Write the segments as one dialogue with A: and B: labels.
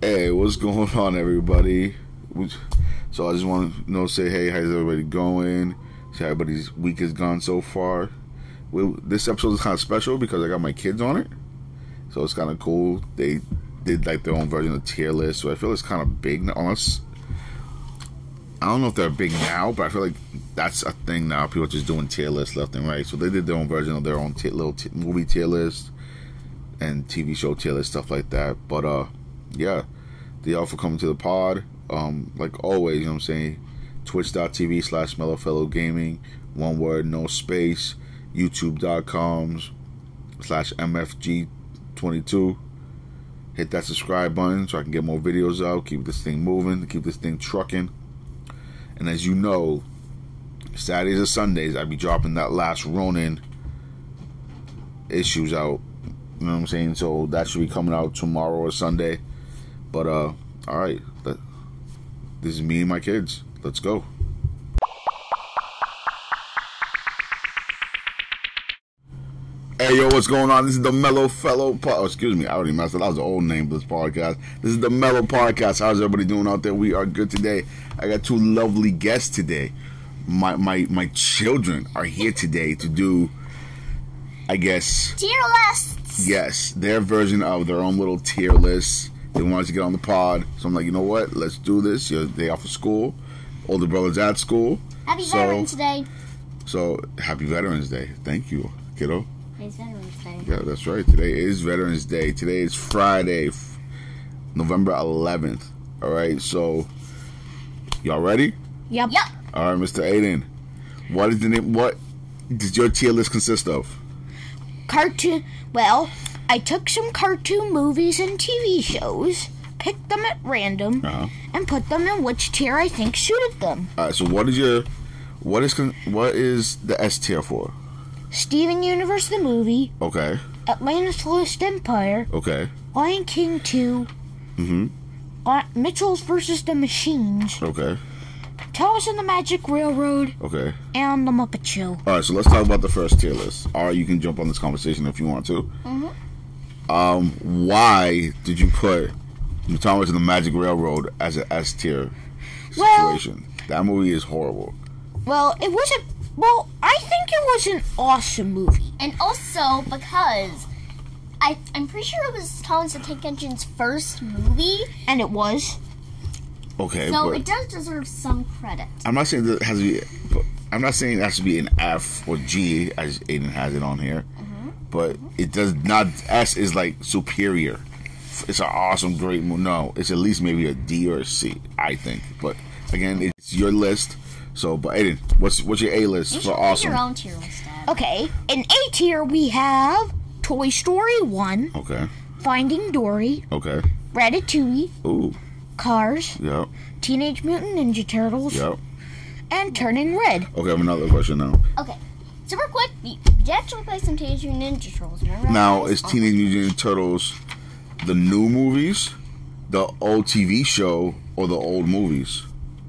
A: Hey, what's going on, everybody? We- So I just want to know, say, hey, how's everybody going? See how everybody's week has gone so far. We, this episode is kind of special because I got my kids on it, so it's kind of cool. They did like their own version of tier list, so I feel it's kind of big. now, Unless I don't know if they're big now, but I feel like that's a thing now. People are just doing tier lists left and right. So they did their own version of their own tier, little t- movie tier list and TV show tier list stuff like that. But uh, yeah, the y'all for coming to the pod. Um, like always, you know what I'm saying? Twitch.tv slash mellowfellow gaming, one word, no space, youtube.com slash mfg22. Hit that subscribe button so I can get more videos out, keep this thing moving, keep this thing trucking. And as you know, Saturdays or Sundays, I be dropping that last Ronin issues out. You know what I'm saying? So that should be coming out tomorrow or Sunday. But uh, all right, Let- this is me and my kids. Let's go. Hey yo, what's going on? This is the Mellow Fellow Pod. Oh, excuse me, I already messed up. That was the old name for this podcast. This is the Mellow Podcast. How's everybody doing out there? We are good today. I got two lovely guests today. My my my children are here today to do, I guess,
B: tier lists.
A: Yes, their version of their own little tier list. They wanted to get on the pod, so I'm like, you know what? Let's do this. You're day off of school. Older brother's at school.
B: Happy
A: so,
B: Veterans Day.
A: So happy Veterans Day. Thank you, kiddo.
B: It's Veterans Day.
A: Yeah, that's right. Today is Veterans Day. Today is Friday, f- November 11th. All right, so y'all ready?
C: Yep.
B: Yep.
A: All right, Mr. Aiden. What is the name? What does your tier list consist of?
C: Cartoon. Well, I took some cartoon movies and TV shows, picked them at random,
A: Uh-huh.
C: and put them in which tier I think suited them.
A: All right, so what is your what is con- what is the S tier for?
C: Steven Universe the movie,
A: Okay.
C: Atlantis Lost Empire,
A: Okay.
C: Lion King 2,
A: Mhm.
C: La- Uh, Mitchell's versus the Machines,
A: Okay.
C: Thomas and the Magic Railroad,
A: Okay.
C: and The Muppet Show.
A: All right. So let's talk about the first tier list. All right. You can jump on this conversation if you want to.
B: Mm-hmm.
A: Um. Why did you put Thomas and the Magic Railroad as an S tier
C: Well-
A: situation? that movie is horrible.
C: Well, it wasn't. Well, I think it was an awesome movie.
B: And also because I, I'm pretty sure it was Thomas the Tank Engine's first movie,
C: And it was.
A: Okay.
B: so
A: but
B: it does deserve some credit.
A: I'm not saying that it has to be. But I'm not saying it has to be an F or G as Aiden has it on here.
B: Mm-hmm.
A: But it does not. S is like superior. It's an awesome, great movie. No, it's at least maybe a D or a C. I think. But again, it's your list. So, but Aiden, what's what's your A list
B: You should
A: for
B: make
A: awesome?
B: your own tier list. Dad.
C: Okay, in A tier we have Toy Story 1,
A: Okay.
C: Finding Dory,
A: Okay.
C: Ratatouille,
A: Ooh.
C: Cars,
A: Yep.
C: Teenage Mutant Ninja Turtles,
A: Yep.
C: and Turning Red.
A: Okay. I have another question now.
B: Okay. Super quick, you you actually play some Teenage Mutant Ninja Turtles. Remember?
A: Now,
B: That
A: is
B: was
A: Teenage Mutant Ninja Turtles the new movies, the old TV show, or the old movies?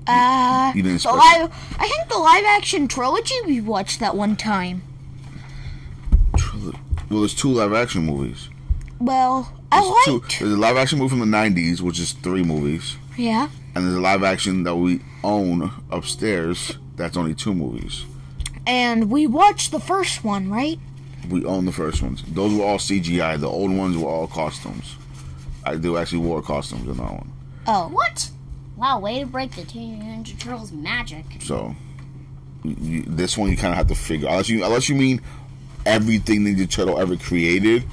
C: Uh,
A: You didn't
C: the
A: expect
C: live, I think the live action trilogy we watched that one time.
A: Trilo- Well, there's two live action movies.
C: Well,
A: There's,
C: I
A: two,
C: liked.
A: there's a live action movie from the 90s, which is three movies.
C: Yeah.
A: And there's a live action that we own upstairs that's only two movies.
C: And we watched the first one, right?
A: We own the first ones. Those were all CGI. The old ones were all costumes. I do actually wore costumes in that one.
C: Oh.
B: awesome. What? Wow, way to break the Teenage Mutant Ninja Turtles magic.
A: So you- you, this one you kind of have to figure unless you unless you mean everything Ninja Turtle ever created.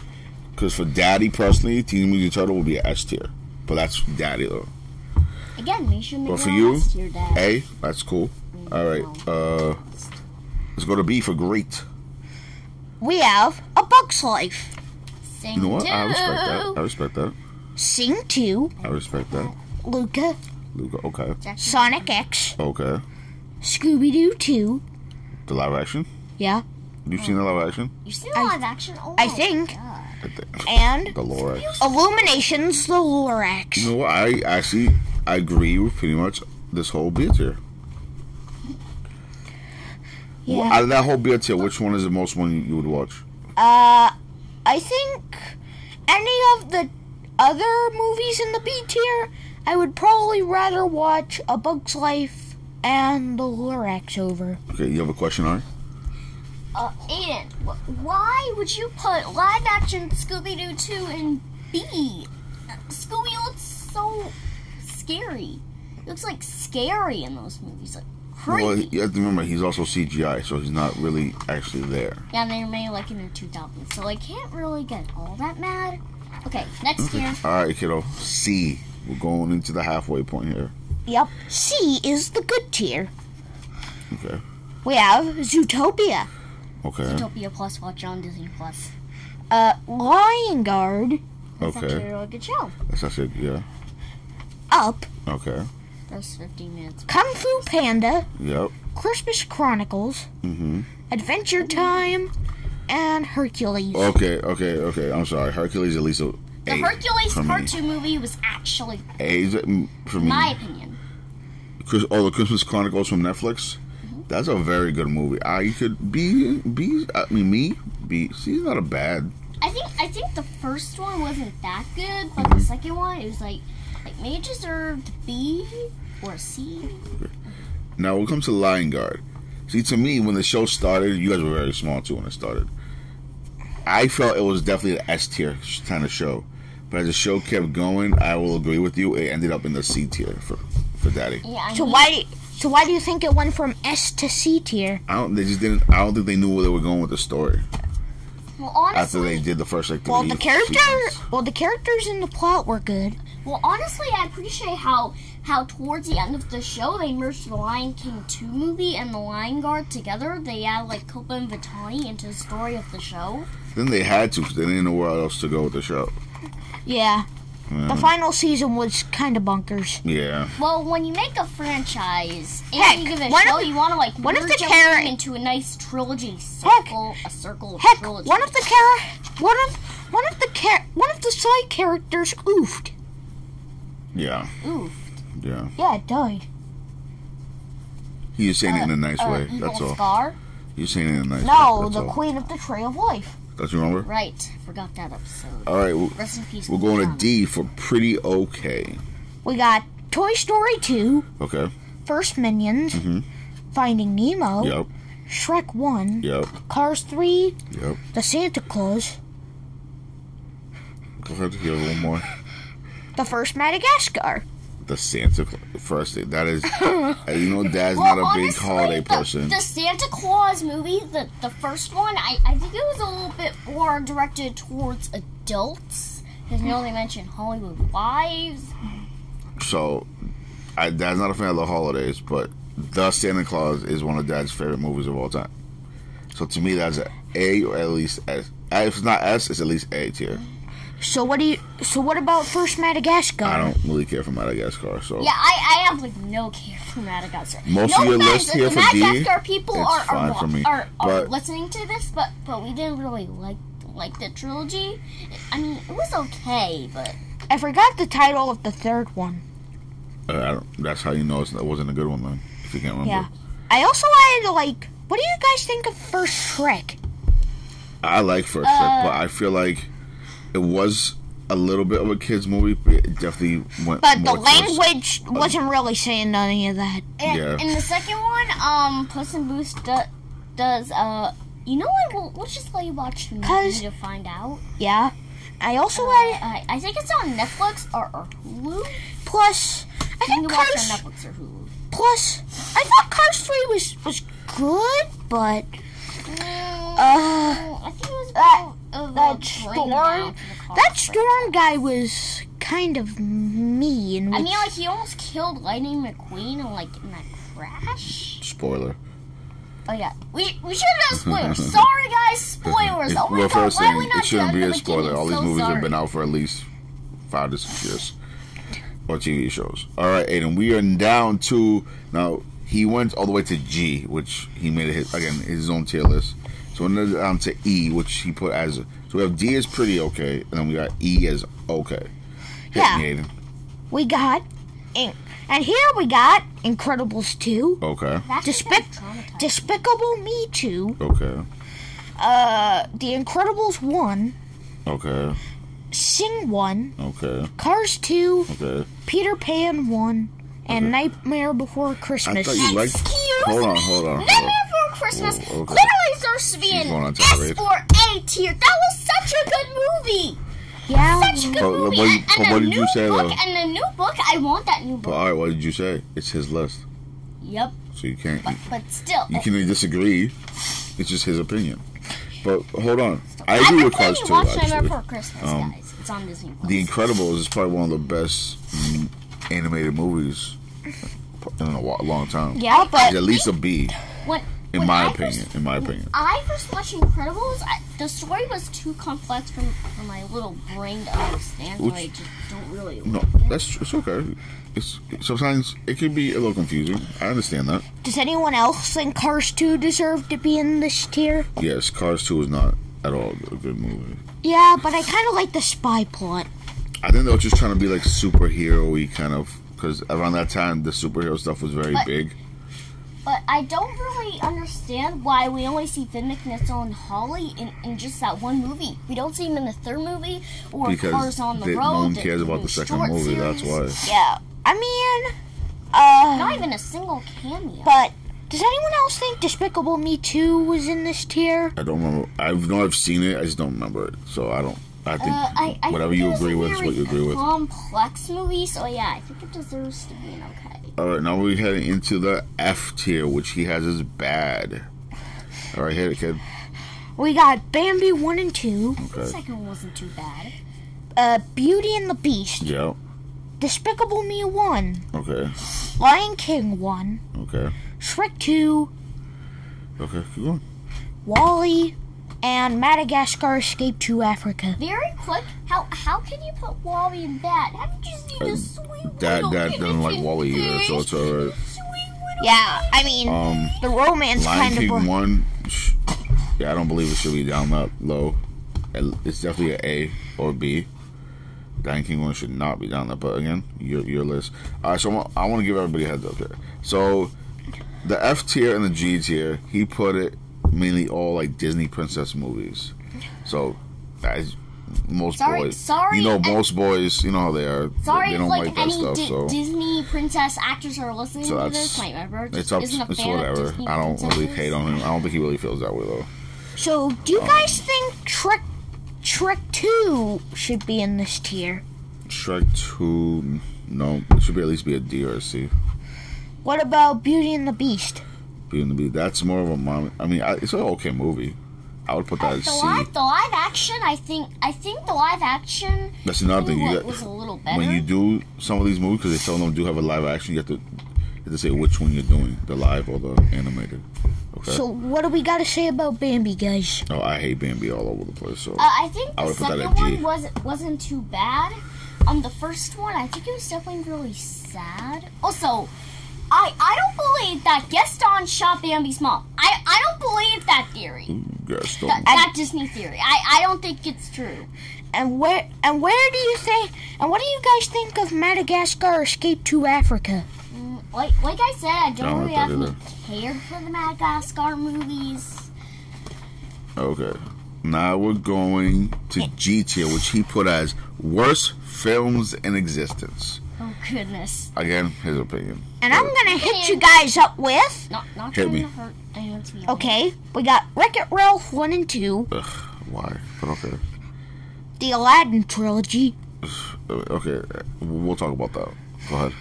A: Because for Daddy personally, Teenage Mutant Ninja Turtle will be an S tier, but that's Daddy uh, though.
B: Again, we should make
A: But for
B: our
A: you,
B: list here, Dad.
A: A, that's cool. All right, uh, let's go to B for great.
C: We have A Bug's Life,
B: Sing
A: You know what? I respect
B: two.
A: that. I respect that.
C: Sing 2,
A: I respect that.
C: Luca,
A: Luca, okay,
C: Sonic X,
A: okay.
C: Scooby Doo 2.
A: The live action.
C: Yeah.
A: You've seen the live action?
B: You've seen the live action? Oh
C: I
B: my
C: think.
B: God.
A: I think-
C: And
A: The Lorax.
C: Illuminations the Lorax.
A: You know what? I actually I agree with pretty much this whole beer tier.
C: Yeah.
A: Well, out of that whole beer tier, which one is the most one you, you would watch?
C: Uh, I think any of the other movies in the B tier, I would probably rather watch A Bug's Life and The Lorax over.
A: Okay, you have a question, Ari?
B: Uh, Aiden, wh- why would you put live action Scooby Doo 2 in B? Scooby looks so scary. He looks like scary in those movies, like
A: Well,
B: creepy.
A: you have to remember he's also CGI, so he's not really actually there.
B: Yeah, they were made like in the 2000s, so I can't really get all that mad. Okay, next year.
A: All right, kiddo. C. We're going into the halfway point here.
C: Yep. C is the good tier.
A: Okay.
C: We have Zootopia,
A: Okay.
B: Utopia Plus, watch on Disney Plus.
C: uh, Lion Guard,
B: That's actually a
A: Okay.
B: really good show.
A: That's actually yeah.
C: Up,
A: Okay.
B: That was 15 minutes.
C: Kung Fu Panda,
A: Yep.
C: Christmas Chronicles,
A: Mm-hmm.
C: Adventure Time, and Hercules.
A: Okay. Okay. Okay. I'm sorry. Hercules at least a
B: The
A: A
B: Hercules
A: for me.
B: Part 2 movie was actually,
A: A's mm, for
B: in
A: me.
B: my opinion,
A: Chris, oh, the Christmas Chronicles from Netflix.
B: Mm-hmm.
A: That's a very good movie. I could be be. I mean, me be. She's not a bad.
B: I think I think the first one wasn't that good, but the second one it was like like may deserved B or C.
A: Now, when it comes to Lion Guard, see, to me, when the show started, you guys were very small too when it started. I felt it was definitely an S tier sh- kind of show, but as the show kept going, I will agree with you. It ended up in the C tier for for Daddy.
B: Yeah, I
C: So
B: mean,
C: why? So why do you think it went from S to C tier?
A: I don't. They just didn't. I don't think they knew where they were going with the story
B: Well,
A: after
B: honestly,
A: they did the first like three.
C: Well, the characters.
A: seasons.
C: Well, the characters in the plot were good.
B: well, honestly, I appreciate how how towards the end of the show they merged the Lion King two movie and the Lion Guard together. They add like Copa and Vitani into the story of the show.
A: Then they had to 'cause they didn't know where else to go with the show.
C: Yeah. The
A: Mm.
C: final season was kind of bonkers.
A: Yeah.
B: Well, when you make a franchise and
C: Heck,
B: you give it a
C: one
B: show,
C: of-
B: you want to like
C: one of
B: merge
C: the
B: everything
C: char-
B: into a nice trilogy circle, a circle of
C: Heck,
B: trilogy.
C: one of the char- one of one of the char- one of the side characters oofed.
A: Yeah.
B: Oof.
A: Yeah.
C: Yeah, it died.
A: You're saying it in a nice
B: Uh,
A: way.
B: evil
A: That's all.
B: Scar.
A: You're saying it in a nice way.
C: No,
A: That's
C: the
A: all.
C: queen of the Tree of Life.
A: Don't you remember?
B: Right. Forgot that episode.
A: All right. w-
B: Rest in peace.
A: We're going to
B: Madonna.
A: D for pretty okay.
C: We got Toy Story 2,
A: Okay.
C: First Minions, Finding
B: Oh.
C: Nemo,
A: Mm-hmm. Yep.
C: Shrek 1,
A: Yep.
C: Cars 3,
A: Yep.
C: The Santa Claus,
A: Go ahead. You have one more.
C: The First Madagascar.
A: The Santa Cla- first. thing, That is, and you know, Dad's
B: Well,
A: not a big
B: honestly,
A: holiday
B: the,
A: person.
B: The Santa Claus movie, the, the first one, I, I think it was a little bit more directed towards adults. Because you know they mentioned Hollywood Wives.
A: So, I, Dad's not a fan of the holidays, but The Santa Claus is one of Dad's favorite movies of all time. So to me, that's a A or at least S. Uh, If it's not S, it's at least A tier.
C: So what do you? So what about First Madagascar?
A: I don't really care for Madagascar, so
B: Yeah, I, I have like no care for Madagascar.
A: Most
B: no
A: of your
B: offense
A: list
B: if
A: here
B: the
A: for D,
B: Madagascar people
A: it's
B: are
A: fine
B: are,
A: for
B: wa-
A: me,
B: are, are
A: but-
B: listening to this, but but we didn't really like like the trilogy. I mean, it was okay, but
C: I forgot the title of the third one.
A: uh, I don't, that's how you know it's, it wasn't a good one, man. If you can't remember.
C: Yeah. I also wanted to like. What do you guys think of First Shrek?
A: I like First
C: Uh,
A: Shrek, but I feel like it was a little bit of a kids movie. But it definitely went.
C: But the
A: more towards-
C: language wasn't really saying any of that.
B: And,
A: Yeah.
B: and the second one, um, Puss in Boots do, does, uh, you know what? We'll, we'll just let you watch the movie
C: 'Cause-
B: to find out.
C: Yeah. I also
B: Uh,
C: wanted.
B: I, I think it's on Netflix or, or Hulu.
C: Plus, I
B: You can
C: think
B: watch it on
C: Cars.
B: Netflix or Hulu.
C: Plus, I thought Cars Three was was good, but
B: I think it was
C: Uh, that-
B: about, uh,
C: that
B: breakdown to
C: storm,
B: the car
C: that
B: crash.
C: storm guy was kind of mean.
B: I mean, like he almost killed Lightning McQueen and like in that crash.
A: Spoiler.
B: Oh yeah, we we should have spoilers. sorry guys, spoilers. Oh my
A: well,
B: god,
A: first
B: why
A: thing,
B: we not
A: it shouldn't
B: do
A: be a
B: that in the
A: spoiler.
B: beginning?
A: All these
B: So
A: movies
B: sorry.
A: have been out for at least five to six years, or TV shows. All right, Aiden, we are down to now. He went all the way to G, which he made it his, again his own tier list. So we're down to E, which he put as. So we have D is pretty okay, and then we got E as okay. Hit
C: Yeah.
A: me, Aiden.
C: we got, and, and here we got Incredibles two,
A: Okay.
B: That's just been
C: Despic-
B: traumatizing.
C: Despicable Me two,
A: Okay.
C: uh, The Incredibles one,
A: Okay.
C: Sing 1,
A: Okay.
C: Cars 2,
A: Okay.
C: Peter Pan 1, and Nightmare Before
A: I
C: Christmas.
A: thought you liked.
B: Excuse
A: Hold on,
B: me.
A: hold on, hold
B: Nightmare
A: on.
B: Before Christmas
A: Whoa, okay.
B: literally deserves to be
A: She's
B: an
A: going on
B: S
A: tirade.
B: or A tier. That was such a good movie.
C: yeah.
B: Such a good
A: But
B: movie.
A: what-
B: and, and
A: but what
B: a
A: did
B: new
A: you say,
B: book.
A: though?
B: And a new book. I want that new
A: But
B: book.
A: all right, what did you say? It's his list,
B: Yep.
A: so you can't.
B: But, but still,
A: You can disagree. It's just his opinion. But hold on, I
B: I've
A: agree
B: been
A: with
B: planning
A: Cars
B: to
A: too.
B: watch Nightmare
A: Actually,
B: Before Christmas,
A: Um,
B: guys. It's on Disney Plus.
A: The Incredibles is probably one of the best mm, animated movies in a wa- long time.
C: Yeah,
A: It's
C: but
A: at least a B,
B: when,
A: in
B: when
A: my
B: I
A: opinion.
B: First,
A: In my opinion.
B: I first watched Incredibles. I, the story was too complex for, for my little brain to understand, so
A: Which-
B: I just don't really.
A: No,
B: like it.
A: that's it's okay. It's sometimes it can be a little confusing. I understand that.
C: does anyone else think Cars 2 deserved to be in this tier?
A: Yes, Cars Two is not at all a good movie.
C: Yeah, but I kind of like the spy plot.
A: I think they were just trying to be like superhero-y kind of because around that time the superhero stuff was very
B: But-
A: big.
B: But I don't really understand why we only see Finn McNichol and Holly in, in just that one movie. We don't see him in the third movie or
A: Because
B: Cars on the
A: they-
B: Road.
A: no one cares about the second
B: short
A: movie, that's
B: series.
C: Yeah. I mean, uh.
B: Not even a single cameo.
C: But does anyone else think Despicable Me 2 was in this tier?
A: I don't remember. I know I've seen it. I just don't remember it. So I don't. I think
B: Uh, I, I
A: whatever
B: think it
A: you
B: was
A: agree
B: a
A: with is what
B: very
A: you agree with.
B: Complex movie, so yeah, I think it deserves to be an okay.
A: All right, now we're heading into the F tier, which he has as bad. All right, hit it, kid.
C: We got Bambi 1 and 2,
B: The
A: Okay.
B: second one wasn't too bad.
C: uh, Beauty and the Beast,
A: Yeah.
C: Despicable Me 1,
A: Okay.
C: Lion King 1,
A: Okay.
C: Shrek 2,
A: Okay. Keep going.
C: Wally, and Madagascar Escape to Africa.
B: Very quick. How how can you put Wally in that? Haven't you seen
A: Uh,
B: a sweet
A: Dad,
B: little
A: Dad doesn't like
B: innocent
A: Wally either, so it's all
B: face?
A: right.
B: Sweet little
C: Yeah, I mean,
A: Um,
C: the romance
A: Lion
C: kind of.
A: King
C: bro-
A: one. sh- Yeah, I don't believe it should be down that low. It- It's definitely a A or B. Lion King one should not be down that. But again, your your list. All right, so I wa- I want to give everybody a heads up there. So the F tier and the G tier, he put it mainly all like Disney princess movies. So guys, most
B: Sorry-
A: boys,
B: sorry,
A: you know,
B: I-
A: most boys, you know how they are. They-
B: Sorry
A: they
B: if
A: don't
B: like,
A: like, that
B: any
A: stuff.
B: Di-
A: so
B: Disney princess actors are listening
A: So
B: to
A: that's-
B: this. My member
A: it's
B: just
A: up.
B: isn't a
A: It's
B: fan of
A: whatever.
B: Disney
A: I don't really
B: princesses.
A: hate on him. I don't think he really feels that way though.
C: So, do you guys think Shrek, Shrek 2 should be in this tier?
A: Shrek 2, no, it should be at least be a D or a C.
C: What about Beauty and the Beast?
A: Beauty and the Beast, that's more of a mom. I mean, I, it's an okay movie. I would put that as
B: The
A: C.
B: live, the live action, I think, I think the live action
A: That's another thing. You
B: wa- was a
A: got,
B: little better.
A: when you do some of these movies, because they tell them do have a live action, you have to you have to say which one you're doing, the live or the animated. Okay.
C: So, what do we gotta say about Bambi, guys?
A: oh, I hate Bambi all over the place. So
B: Uh, I think
A: I
B: the
A: would put that
B: second
A: at G.
B: one was wasn't too bad. Um, the first one, I think it was definitely really sad. Also, I I don't believe that Gaston shot Bambi's mom. I I don't believe that theory.
A: guess
B: That,
A: don't.
B: that Disney theory. I I don't think it's true.
C: And where and where do you think and what do you guys think of Madagascar Escape to Africa?
B: Mm, Like like I said, I
A: I don't
B: don't really
A: like
B: have
A: that
B: any care for the Madagascar movies.
A: Okay. Now we're going to G tier, which he put as worst films in existence.
B: Oh goodness.
A: Again, his opinion.
C: And I'm gonna hit you guys up with
B: Not not
A: Hit
B: trying
A: me.
B: to hurt anyone's feelings.
C: Okay, we got Wreck It Ralph one and two,
A: Ugh, why? But okay.
C: the Aladdin trilogy,
A: Uh, Okay, uh, we'll talk about that. Go ahead.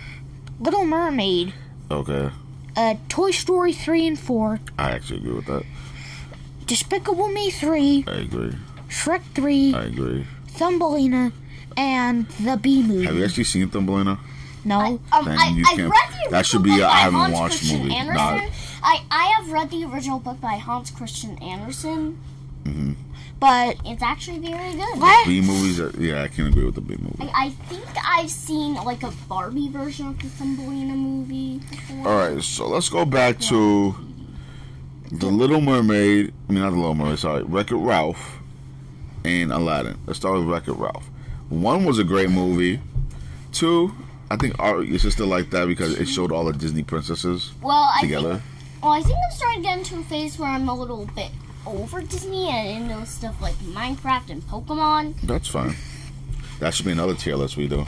C: Little Mermaid,
A: Okay,
C: uh, Toy Story three and four,
A: I actually agree with that.
C: Despicable Me three,
A: I agree.
C: Shrek three,
A: I agree.
C: Thumbelina, and the B
A: Have you
C: movie.
A: actually seen Thumbelina?
C: No,
B: Um,
A: Then
B: I,
A: you
B: I've
A: can't-
B: read the original
A: that should be
B: book
A: a
B: by
A: I haven't
B: Hans
A: watched
B: Christian
A: movie.
B: Andersen.
A: Nah.
B: I, I have read the original book by Hans Christian Andersen.
A: Mm-hmm.
C: but
B: It's actually very good.
C: what?
A: B movies? Are, yeah, I can agree with the B movie.
B: I, I think I've seen like a Barbie version of the Thumbelina movie before.
A: All right, so let's go back to the Little Mermaid. I mean, not the Little Mermaid. Sorry, Wreck It Ralph and Aladdin. Let's start with Wreck It Ralph. One was a great movie. Two, I think our your sister liked that because it showed all the Disney princesses
B: well, I
A: together.
B: Think, well, I think I'm starting to get into a phase where I'm a little bit over Disney and into stuff like Minecraft and Pokemon.
A: That's fine. That should be another tier list we do.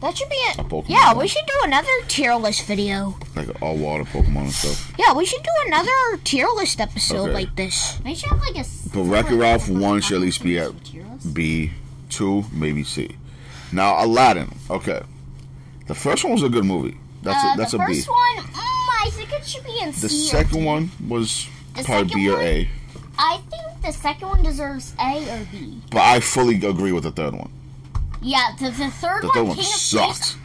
C: That should be it.
A: A Pokemon
C: Yeah, we
A: one.
C: should do another tier list video.
A: Like all water Pokemon and stuff.
C: Yeah, we should do another tier list episode
A: Okay.
C: like this.
B: They should have like a. s-
A: But Wreck-It-Ralph one should at least be at-
B: Tier list.
A: B, two, maybe C. Now Aladdin. Okay. The first one was a good movie. That's
B: uh,
A: a, that's
B: the
A: a B.
B: first one, mm, I think it should be in
A: The
B: C. or
A: second
B: D.
A: one was
B: The
A: probably
B: second
A: B or
B: one-
A: A.
B: I think the second one deserves A or B.
A: But I fully agree with the third one.
B: Yeah, the, the third
A: The third one
B: one, King of Thieves.
A: sucked.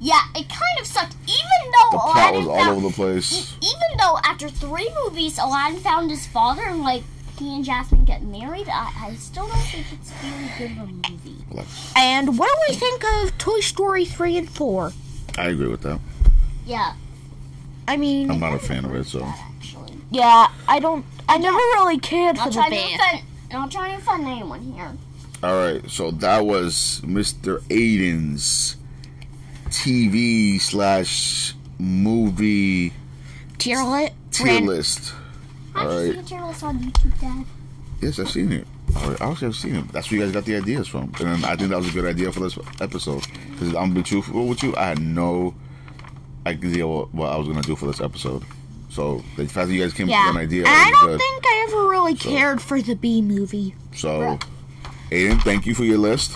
B: Yeah, it kind of sucked. Even though
A: The plot
B: Aladdin
A: was all
B: found,
A: over the place.
B: e- even though after three movies, Aladdin found his father and like he and Jasmine get married, I, I still don't think it's really good of a movie.
A: Like,
C: And what do we think of Toy Story 3 and 4?
A: I agree with that.
B: Yeah,
C: I mean,
A: I'm not a fan of it, so
B: that actually.
C: yeah, I don't. I never really cared for
B: Not
C: the
B: trying to
C: band.
B: offend, not trying to offend anyone here.
A: All right, so that was Mr. Aiden's TV slash movie
C: Tier list?
A: tier list. All
B: I just see
A: right,
B: a journalist on YouTube, Dad.
A: yes, I've seen it. All right, I actually have seen it. That's where you guys got the ideas from, and I think that was a good idea for this episode. Because I'm gonna be truthful with you, I had no idea what, what I was gonna do for this episode. So the fact that you guys came
C: Yeah.
A: up with an idea,
C: And I
A: was
C: don't
A: good.
C: think I ever really cared for the B movie.
A: So, Aiden, thank you for your list.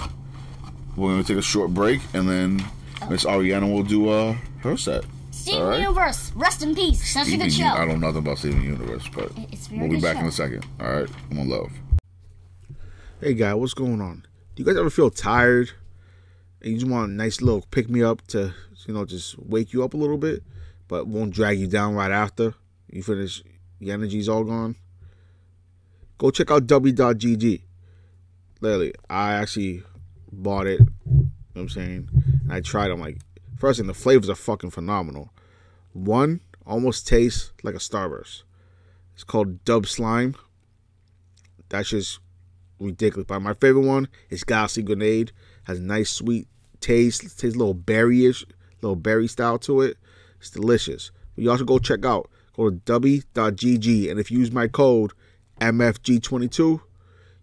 A: We're gonna take a short break, and then Miss Ariana will do uh, her set.
B: Steven
A: All right.
B: Universe, rest in peace. Such a
A: Steven
B: good
A: U-
B: show.
A: I don't know nothing about Steven Universe, but
B: It- It's a very
A: we'll be
B: good
A: back
B: show.
A: in a second. All right, I'm on love.
D: Hey guy, what's going on? Do you guys ever feel tired? And you just want a nice little pick me up to, you know, just wake you up a little bit, but won't drag you down right after you finish. Your energy's all gone. Go check out W.GG. Literally, I actually bought it. You know what I'm saying? And I tried. I'm like, first thing, the flavors are fucking phenomenal. One almost tastes like a Starburst. It's called Dub Slime. That's just ridiculous. But my favorite one is Galaxy Grenade. Has a nice sweet taste. Tastes a little berryish, little berry style to it. It's delicious. But you also go check out. Go to w.gg and if you use my code MFG22, you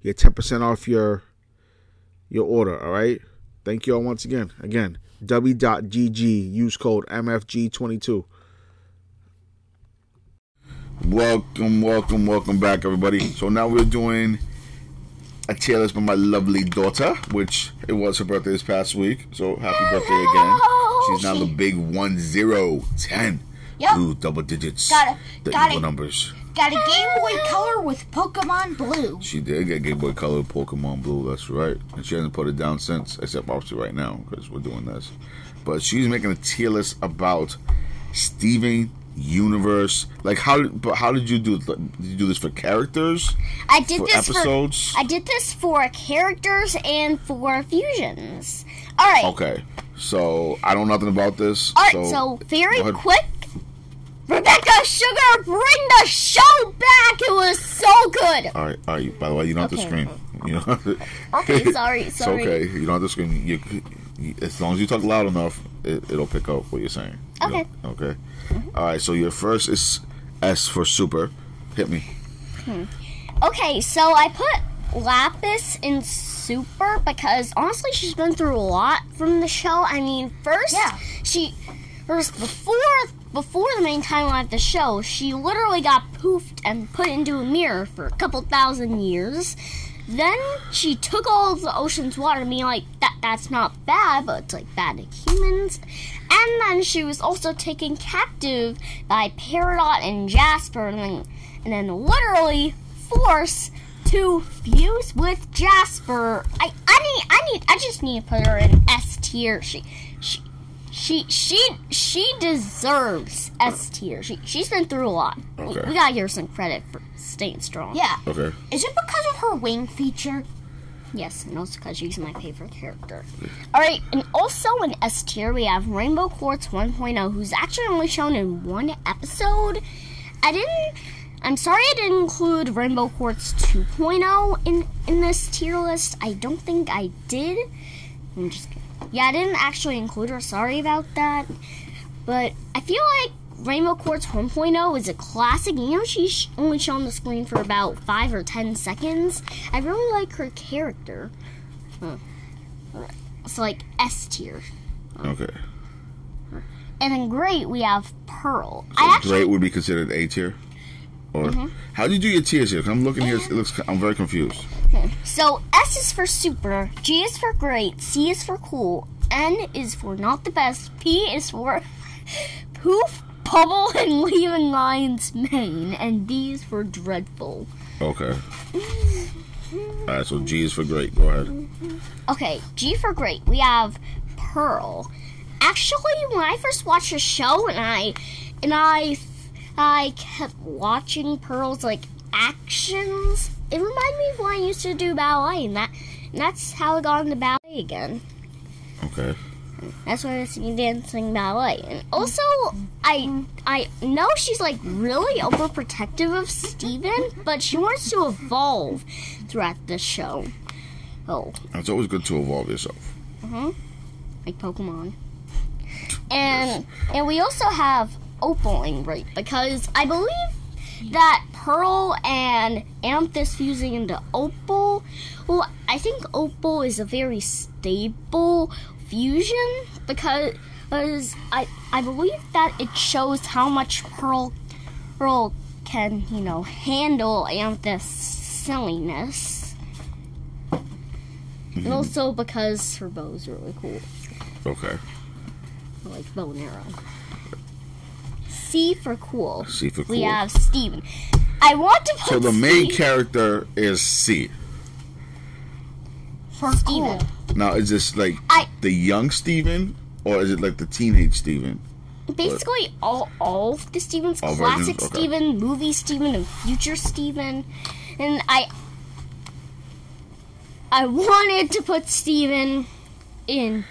D: get 10% off your your order. All right. Thank you all once again. Again, w.gg. Use code MFG22.
A: Welcome, welcome, welcome back, everybody. So now we're doing a tier list by my lovely daughter, which it was her birthday this past week. So happy birthday again!
C: Oh,
A: She's now the big one zero ten.
C: Yep.
A: Ooh, double digits.
C: Got it,
A: The
C: got
A: evil
C: it.
A: numbers.
C: Got a Game Boy Color with Pokemon Blue.
A: She did get Game Boy Color Pokemon Blue, that's right. And she hasn't put it down since, except obviously right now, because we're doing this. But she's making a tier list about Steven Universe. Like, how did, but how did you do it? Did you do this for characters?
B: I did
A: For
B: this
A: episodes?
B: for I did this for characters and for fusions. All right.
A: Okay. So, I don't know nothing about this.
B: All right. So, very
A: go ahead.
B: quick. Rebecca Sugar, bring the show back. It was so good.
A: All right, all right. By the way, you don't have to
B: Okay.
A: scream. You know.
B: Okay, sorry, sorry.
A: It's okay. You don't have to scream. You, you- as long as you talk loud enough, it, it'll pick up what you're saying. You
B: Okay. Mm-hmm.
A: know? okay. All right. So your first is S for super. Hit me.
B: Okay, so I put Lapis in Super because honestly, she's been through a lot from the show. I mean, first
C: Yeah.
B: she first before before the main timeline of the show, she literally got poofed and put into a mirror for a couple thousand years. Then she took all of the ocean's water and being like, that that's not bad, but it's like bad to humans. And then she was also taken captive by Peridot and Jasper and then, and then literally forced to fuse with Jasper. I, I need I need I just need to put her in S tier. She she she she she deserves S tier. She she's been through a lot. We-
A: Okay.
B: We, gotta give her some credit for staying strong.
C: Yeah.
A: Okay.
C: Is it because of her wing feature?
B: Yes, and also because she's my favorite character. All right, and also in S tier we have Rainbow Quartz 1.0, who's actually only shown in one episode. I didn't. I'm sorry I didn't include Rainbow Quartz 2.0 in in this tier list. I don't think I did. I'm just kidding. Yeah, I didn't actually include her. Sorry about that. But I feel like Rainbow Quartz 1.0 is a classic. You know, she's sh- only shown the screen for about 5 or 10 seconds. I really like her character. Huh. It's like S tier.
A: Okay.
B: And then great, we have Pearl.
A: So
B: I actually Mm-hmm.
A: great would be considered A tier. Or how do you do your tiers here? 'Cause I'm looking here. It looks. I'm very confused.
B: Hmm. So S is for super, G is for great, C is for cool, N is for not the best, P is for poof, pubble, and leaving lion's mane, and D is for dreadful.
A: Okay.
B: Mm-hmm.
A: All right. So G is for great. Go ahead.
B: Okay, G for great. We have Pearl. Actually, when I first watched the show, and I and I I kept watching Pearl's like actions. It reminded me of when I used to do ballet, and that and that's how I got into ballet again.
A: Okay.
B: That's why I sing dancing ballet. And also, I I know she's like really overprotective of Steven, but she wants to evolve throughout the show. Oh,
A: It's always good to evolve yourself.
B: like Pokemon. And and we also have opaline right because I believe that pearl and amethyst fusing into opal. Well, I think opal is a very stable fusion because because I I believe that it shows how much pearl pearl can you know handle amethyst silliness. And also because her bow is really cool
A: Okay.
B: like bow and arrow. C for cool.
A: C for
B: We
A: cool.
B: have Steven. I want to put
A: So the main
B: Steve
A: character is C.
B: for Steven.
A: Now is this like
B: I-
A: the young Steven or is it like the teenage Steven?
B: Basically, all all of the Stevens,
A: All versions?
B: classic
A: Okay.
B: Steven, movie Steven, and future Steven. And I I wanted to put Steven in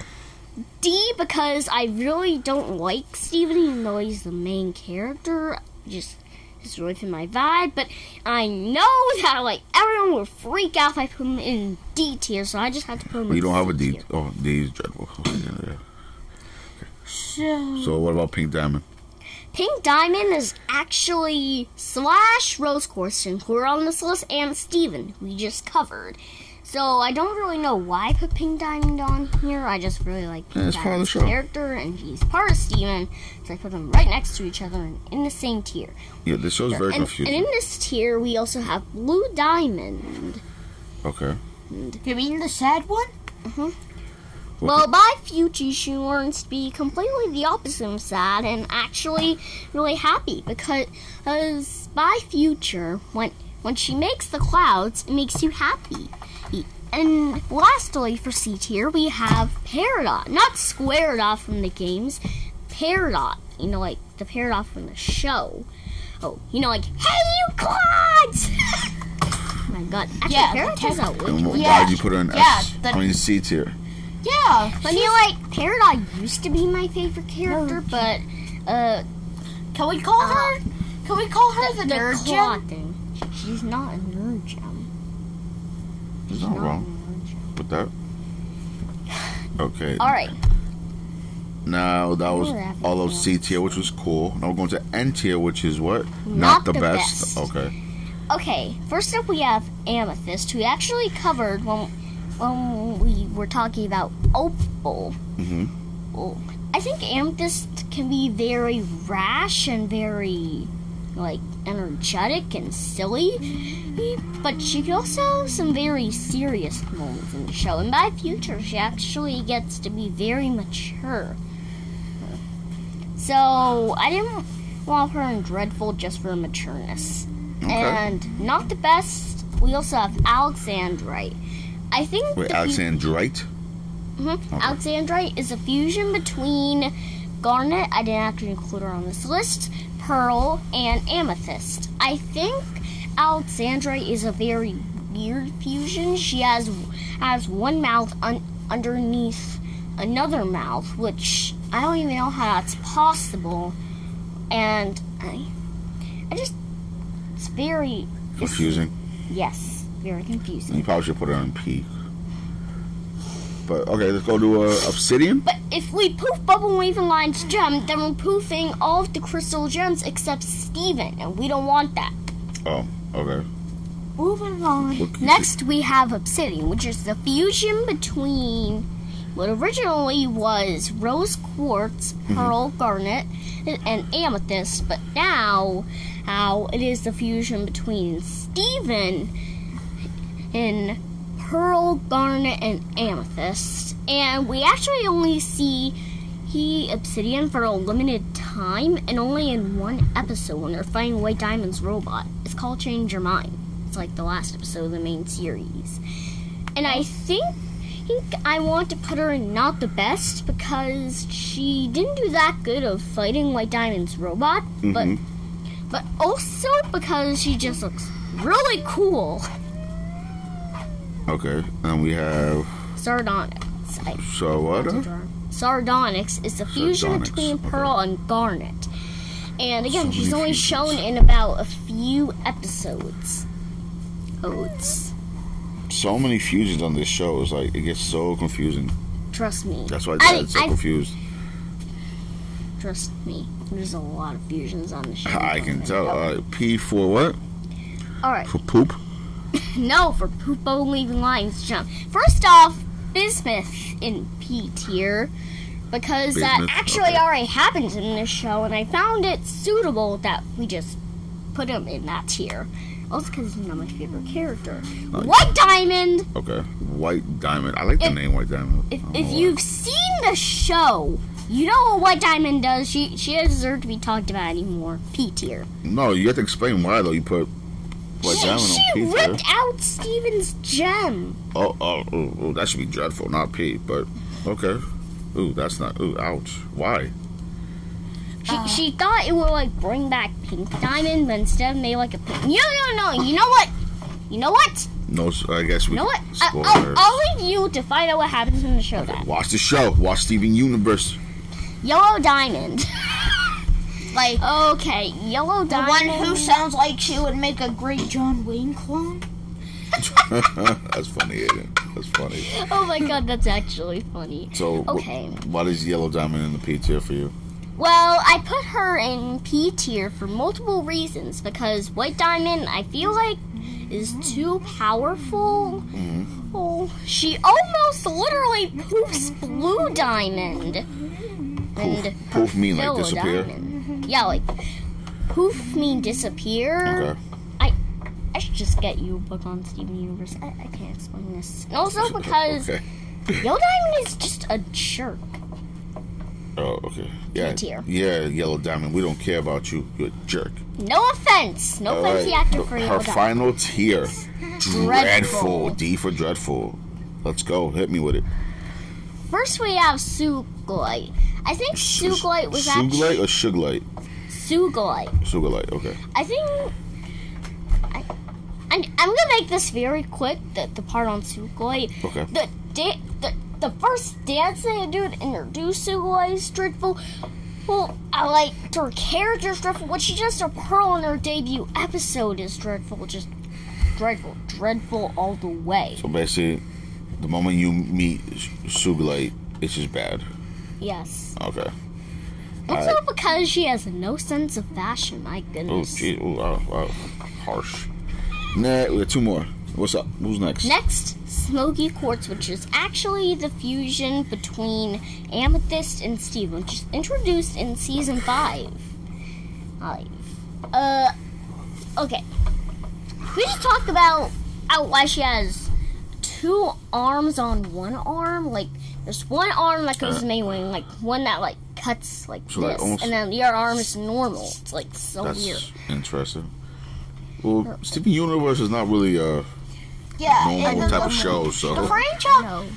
B: D because I really don't like Steven even though he's the main character. Just it's really fit my vibe, but I know that like everyone will freak out if I put him in D tier, so I just have to put him
A: Well,
B: in
A: you don't have a
B: C
A: D.
B: tier.
A: Oh, D is dreadful. Okay, yeah, yeah.
C: So
A: So what about Pink Diamond?
B: Pink Diamond is actually slash Rose Corson, who are on this list, and Steven, who we just covered. So I don't really know why I put Pink Diamond on here. I just really like Pink
A: Yeah, it's part of the
B: Diamond's
A: show.
B: character, and he's part of Steven, so I put them right next to each other and in the same tier.
A: Yeah, this show's very
B: And, and
A: confusing.
B: in this tier, we also have Blue Diamond.
A: okay.
C: you mean the sad one?
B: Well, by Fuji, she learns to be completely the opposite of sad and actually really happy because because by Future, when when she makes the clouds, it makes you happy. And lastly, for C tier, we have Peridot, not Squaredot from the games, Peridot. You know, like the Peridot from the show. Oh, you know, like hey, you clouds! Oh my God, actually,
C: Yeah,
B: Peridot has a
A: And
B: wicked
A: wh-
C: Yeah.
A: Why'd you put her in
C: Yeah,
A: S? I
C: the-
A: mean C tier.
C: Yeah.
B: I mean, like Peridot used to be my favorite character, but uh,
C: Can we call
B: Uh,
C: her? Can we call her Uh-huh. the,
B: the
C: nerd gem?
B: claw thing. She's not a nerd gem.
A: There's nothing wrong with that. Okay.
B: All right,
A: Now that was
B: Whatever.
A: all of C tier, which was cool. Now we're going to N tier, which is what?
B: Not the best.
A: Okay.
B: okay. First up, we have Amethyst, who we actually covered when when we were talking about Opal.
A: Mhm.
B: Well, I think Amethyst can be very rash and very like energetic and silly, but she can also have some very serious moments in the show. And by future, she actually gets to be very mature. So I didn't want her in dreadful just for matureness. And not the best. We also have Alexandrite. I think
A: Wait,
B: the peop-
A: Alexandrite.
B: Mm-hmm. Alexandrite is a fusion between Garnet, I didn't have to include her on this list, Pearl, and Amethyst. I think Alexandrite is a very weird fusion. She has has one mouth un- underneath another mouth, which I don't even know how that's possible. And I, I just, it's very,
A: Confusing.
B: yes, very confusing.
A: You probably should put her in P. But okay, let's go to uh, Obsidian.
B: But if we poof Bubble Weaving Lion's gem, then we're poofing all of the crystal gems except Steven, and we don't want that.
A: Oh, okay.
C: Moving on.
A: What can you
B: Next, we have Obsidian, which is the fusion between what originally was rose quartz, pearl, garnet, and, and amethyst, but now how it is the fusion between Stephen and pearl, garnet, and amethyst. And we actually only see he obsidian for a limited time and only in one episode when they're fighting White Diamond's robot. It's called Change Your Mind. It's like the last episode of the main series. And I think think I want to put her in not the best because she didn't do that good of fighting White Diamond's robot, but
A: Mhm.
B: but also because she just looks really cool.
A: Okay, and we have
B: Sardonyx. I,
A: Shawada.
B: Sardonyx is a
A: uh?
B: fusion
A: Sardonyx,
B: between
A: okay.
B: Pearl and Garnet. And again,
A: So
B: she's
A: many
B: only
A: fusions.
B: shown in about a few episodes. Oats.
A: So many fusions on this show. It's like it gets so confusing.
B: Trust me.
A: That's why
B: I-
A: I, so
B: I-
A: confused.
B: Trust me. There's a lot of fusions on the show. Oh,
A: I can tell.
B: All right.
A: Uh, P for what? For poop.
B: No, for Poopo leaving Lions Jump. First off, Bismuth in P tier. Because that
A: Bismuth,
B: actually
A: okay.
B: already happens in this show, and I found it suitable that we just put him in that tier. Also, because he's not my favorite character.
A: Nice.
B: White Diamond!
A: Okay. White diamond. I like the
B: If-
A: name White Diamond.
B: If,
A: I don't know
B: if
A: why.
B: you've seen the show, you know what White Diamond does. She, she doesn't deserve to be talked about anymore. P tier.
A: no, you have to explain why though. You put White
B: She,
A: Diamond
B: she
A: on P. there.
B: ripped out Steven's gem.
A: Oh, oh, oh, oh, that should be dreadful, not P. But okay. Ooh, that's not. Ooh, ouch. Why?
B: She, she thought it would like bring back Pink Diamond, but instead made like a pink. No, no, no. You know what? You know what?
A: No, s- I guess we.
B: You know what? Uh, oh,
A: can
B: I,
A: spoil
B: I'll,
A: her.
B: I'll leave you to find out what happens in the show.
A: Okay,
B: Then.
A: Watch the show. Watch Steven Universe.
B: Yellow Diamond.
C: Like
B: okay, Yellow
C: the
B: Diamond.
C: one who sounds like she would make a great John Wayne clone.
A: that's funny. Aiden. That's funny.
B: Oh my god, that's actually funny.
A: So, wh-
B: Okay.
A: what is Yellow Diamond in the P tier for you?
B: Well, I put her in P tier for multiple reasons because White Diamond, I feel like, is too powerful.
A: Mm-hmm.
B: Oh, she almost literally poops Blue Diamond.
A: Poof.
B: And her
A: Poof mean like
B: fellow
A: disappear.
B: diamond. Yeah, like poof mean disappear.
A: Okay.
B: I should just get you a book on Steven Universe. I, I can't explain this. And also because
A: Okay.
B: Yellow Diamond is just a jerk.
A: Oh, okay. Yeah.
B: tier.
A: Yeah, Yellow Diamond. We don't care about you. You're a jerk.
B: No offense. No
A: All
B: offense, the Oh, actor
A: Look,
B: for
A: Her
B: Yellow Diamond.
A: final tier. Dreadful.
B: Dreadful.
A: D for dreadful. Let's go. Hit me with it.
B: First, we have Suglite. I think Suglite was
A: Suglite
B: actually
A: or Suglite?
B: Suglite.
A: Suglite. Okay.
B: I think I, I'm, I'm gonna make this very quick. The, the part on Suglite.
A: Okay.
B: The, da- the the first dance they do to introduce Suglite is dreadful. Well, I like her character's dreadful. What she does to Pearl in her debut episode is dreadful. Just dreadful, dreadful all the way.
A: So basically, the moment you meet S- Suglite, it's just bad.
B: Yes.
A: Okay.
B: Also because she has no sense of fashion. My
A: Oh,
B: goodness.
A: jeez. Oh, wow, wow. Harsh. Nah, we got two more. What's up? Who's next?
B: Next, Smoky Quartz, which is actually the fusion between Amethyst and Steve, which is introduced in season five. Five. Uh, okay. We just talked about how why she has two arms on one arm. Like, there's one arm that goes
A: Uh.
B: the main way, and, like one that like cuts like
A: So, like,
B: this,
A: almost-
B: and then the other arm is normal. It's like so
A: That's
B: weird.
A: interesting. Well, Steven Universe is not really uh, a
C: Yeah,
A: normal type
C: and the-
A: of show,
C: The
A: so.
C: franchise,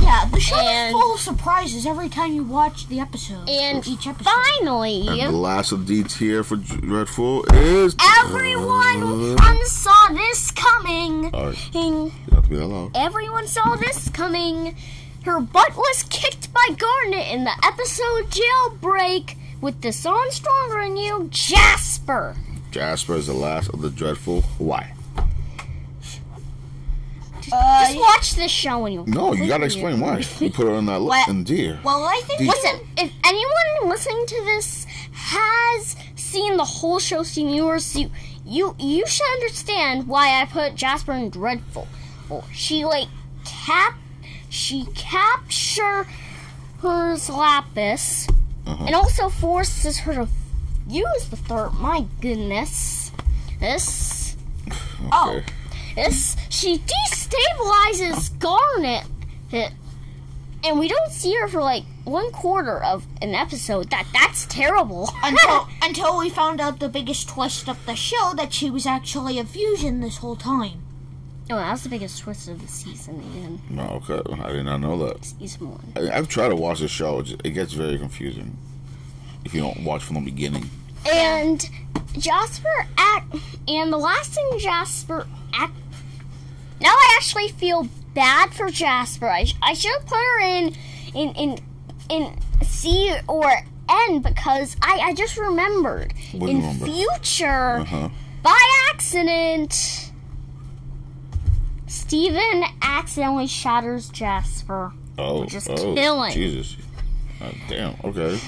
C: yeah, the show
B: And-
C: is full of surprises every time you watch the episode.
B: And
C: each episode.
B: finally,
A: And the last of D tier for Dreadful is. Uh,
B: Everyone un- saw this coming.
A: Alright,
B: Ing.
A: you have to be that loud.
B: Everyone saw this coming. Her butt was kicked by Garnet in the episode Jailbreak with the song Stronger Than You, Jasper.
A: Jasper is the last of the Dreadful. Why?
C: Uh,
B: Just watch this show and you'll
A: No, you gotta
B: completely
A: explain why. You put her on that list
C: What?
A: in D.
C: well, I think
B: Listen, if anyone listening to this has seen the whole show, seen yours, you, you you should understand why I put Jasper in dreadful. Well, she like Oh, cap, she captures Lapis
A: Uh-huh.
B: and also forces her to use the third. My goodness. This. Oh. This. She destabilizes Garnet. It- And we don't see her for like one quarter of an episode. That That's terrible.
C: Until until we found out the biggest twist of the show that she was actually a fusion this whole time.
B: No, Oh, that was the biggest twist of the season, even
A: No, okay. I did not know that.
B: season one.
A: I, I've tried to watch the show. It, just- it gets very confusing if you don't watch from the beginning.
B: And Jasper act, and the last thing Jasper act. Now I actually feel bad for Jasper. I, sh- I should put her in in in in C or N because I I just remembered
A: What do
B: in
A: you remember?
B: future
A: Uh huh.
B: by accident. Steven accidentally shatters Jasper.
A: Oh,
B: just
A: oh,
B: killing.
A: Jesus. Uh, damn. Okay.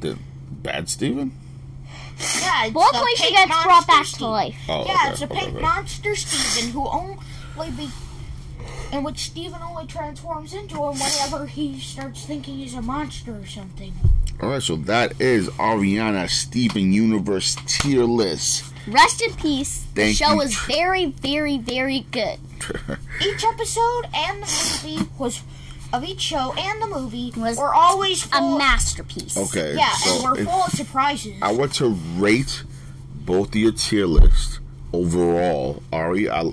A: The bad Steven?
C: Yeah, it's
B: Luckily,
C: the
B: she
C: pink
B: gets brought
C: monster
B: back to
C: Steven.
B: life.
A: Oh,
C: yeah,
A: okay,
C: it's a
A: okay,
C: pink
A: okay.
C: monster Steven who only be in which Steven only transforms into him whenever he starts thinking he's a monster or something.
A: All right, so that is Ariana Steven Universe tier list.
B: Rest in peace. the
A: Thank
B: show
A: you.
B: was very, very, very good.
C: Each episode and the movie was of each show and the movie
B: Was
C: were always
B: A
C: full
B: masterpiece.
A: Okay.
C: Yeah, and
A: so
C: we're
A: if
C: full of surprises.
A: I want to rate both of your tier lists overall, Ari. I,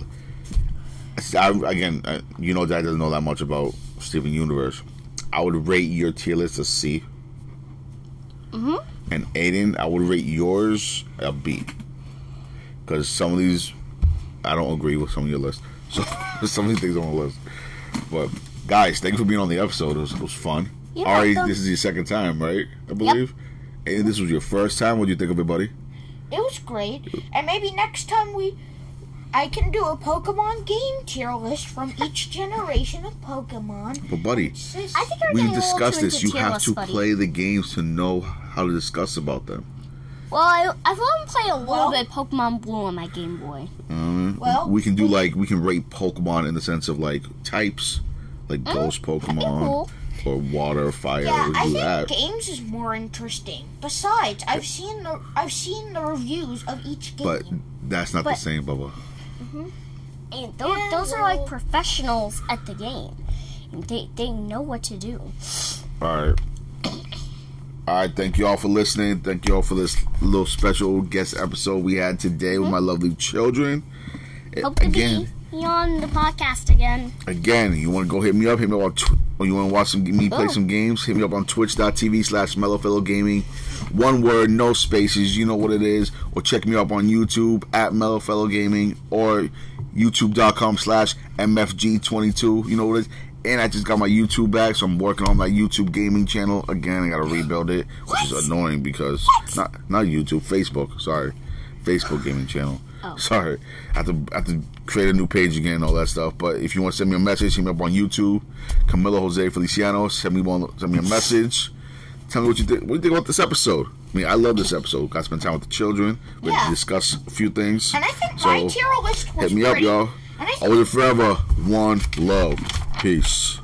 A: I again, I, you know, Dad doesn't know that much about Steven Universe. I would rate your tier list a C.
C: Mm-hmm.
A: And Aiden, I would rate yours a B. Because some of these, I don't agree with some of your lists. So some of these things on the list. But guys, thank you for being on the episode. It was, it was fun.
B: You're
A: Ari,
B: welcome.
A: this is your second time, right? I believe. And this was your first time. What do you think of it, buddy?
C: It was great. And maybe next time we I can do a Pokemon game tier list from each generation of Pokemon.
A: But buddy,
C: Sis-
B: I think we're
A: we've
B: getting a little
A: discussed
B: too
A: this.
B: into
A: You
B: tier
A: have
B: list,
A: to
B: buddy.
A: play the games to know how to discuss about them.
B: Well, I, I've only played a little
C: Well-
B: bit of Pokemon Blue on my Game Boy.
A: Um,
C: Well,
A: we can do like we can rate Pokemon in the sense of like types, like ghost Pokemon
B: Mm-hmm. cool.
A: or water, fire.
C: yeah,
A: we
C: I
A: do
C: think
A: that.
C: games is more interesting. Besides, I've seen the I've seen the reviews of each game.
A: But that's not the
B: But-
A: same, Bubba.
B: And those,
C: Yeah,
B: those are like
C: well-
B: professionals at the game. And they, they know what to do.
A: All right. All right, thank you all for listening. Thank you all for this little special guest episode we had today with my lovely children.
B: Mm-hmm. Hope to
A: Again,
B: be on the podcast again.
A: Again, you want to go hit me up, hit me up on tw- or you want to watch some me play
B: Oh.
A: some games, hit me up on twitch.tv slash mellowfellow gaming. One word, no spaces, you know what it is. Or check me up on YouTube at mellowfellow gaming or youtube.com slash mfg22, you know what it is. And I just got my YouTube back, so I'm working on my YouTube gaming channel again. I got to rebuild it, which is annoying because not not YouTube, Facebook. Sorry, Facebook gaming channel.
C: Oh.
A: Sorry, I have to I have to create a new page again and all that stuff. But if you want to send me a message, hit me up on YouTube, Camilo Jose Feliciano. Send me one, send me a message. Tell me what you think. What do you think about this episode? I mean, I love this episode. Got to spend time with the children. We
C: Yeah.
A: discuss a few things.
C: and I think
A: so
C: my tier list was
A: hit me up,
C: pretty-
A: y'all.
C: And I think
A: Always and forever, one love, peace.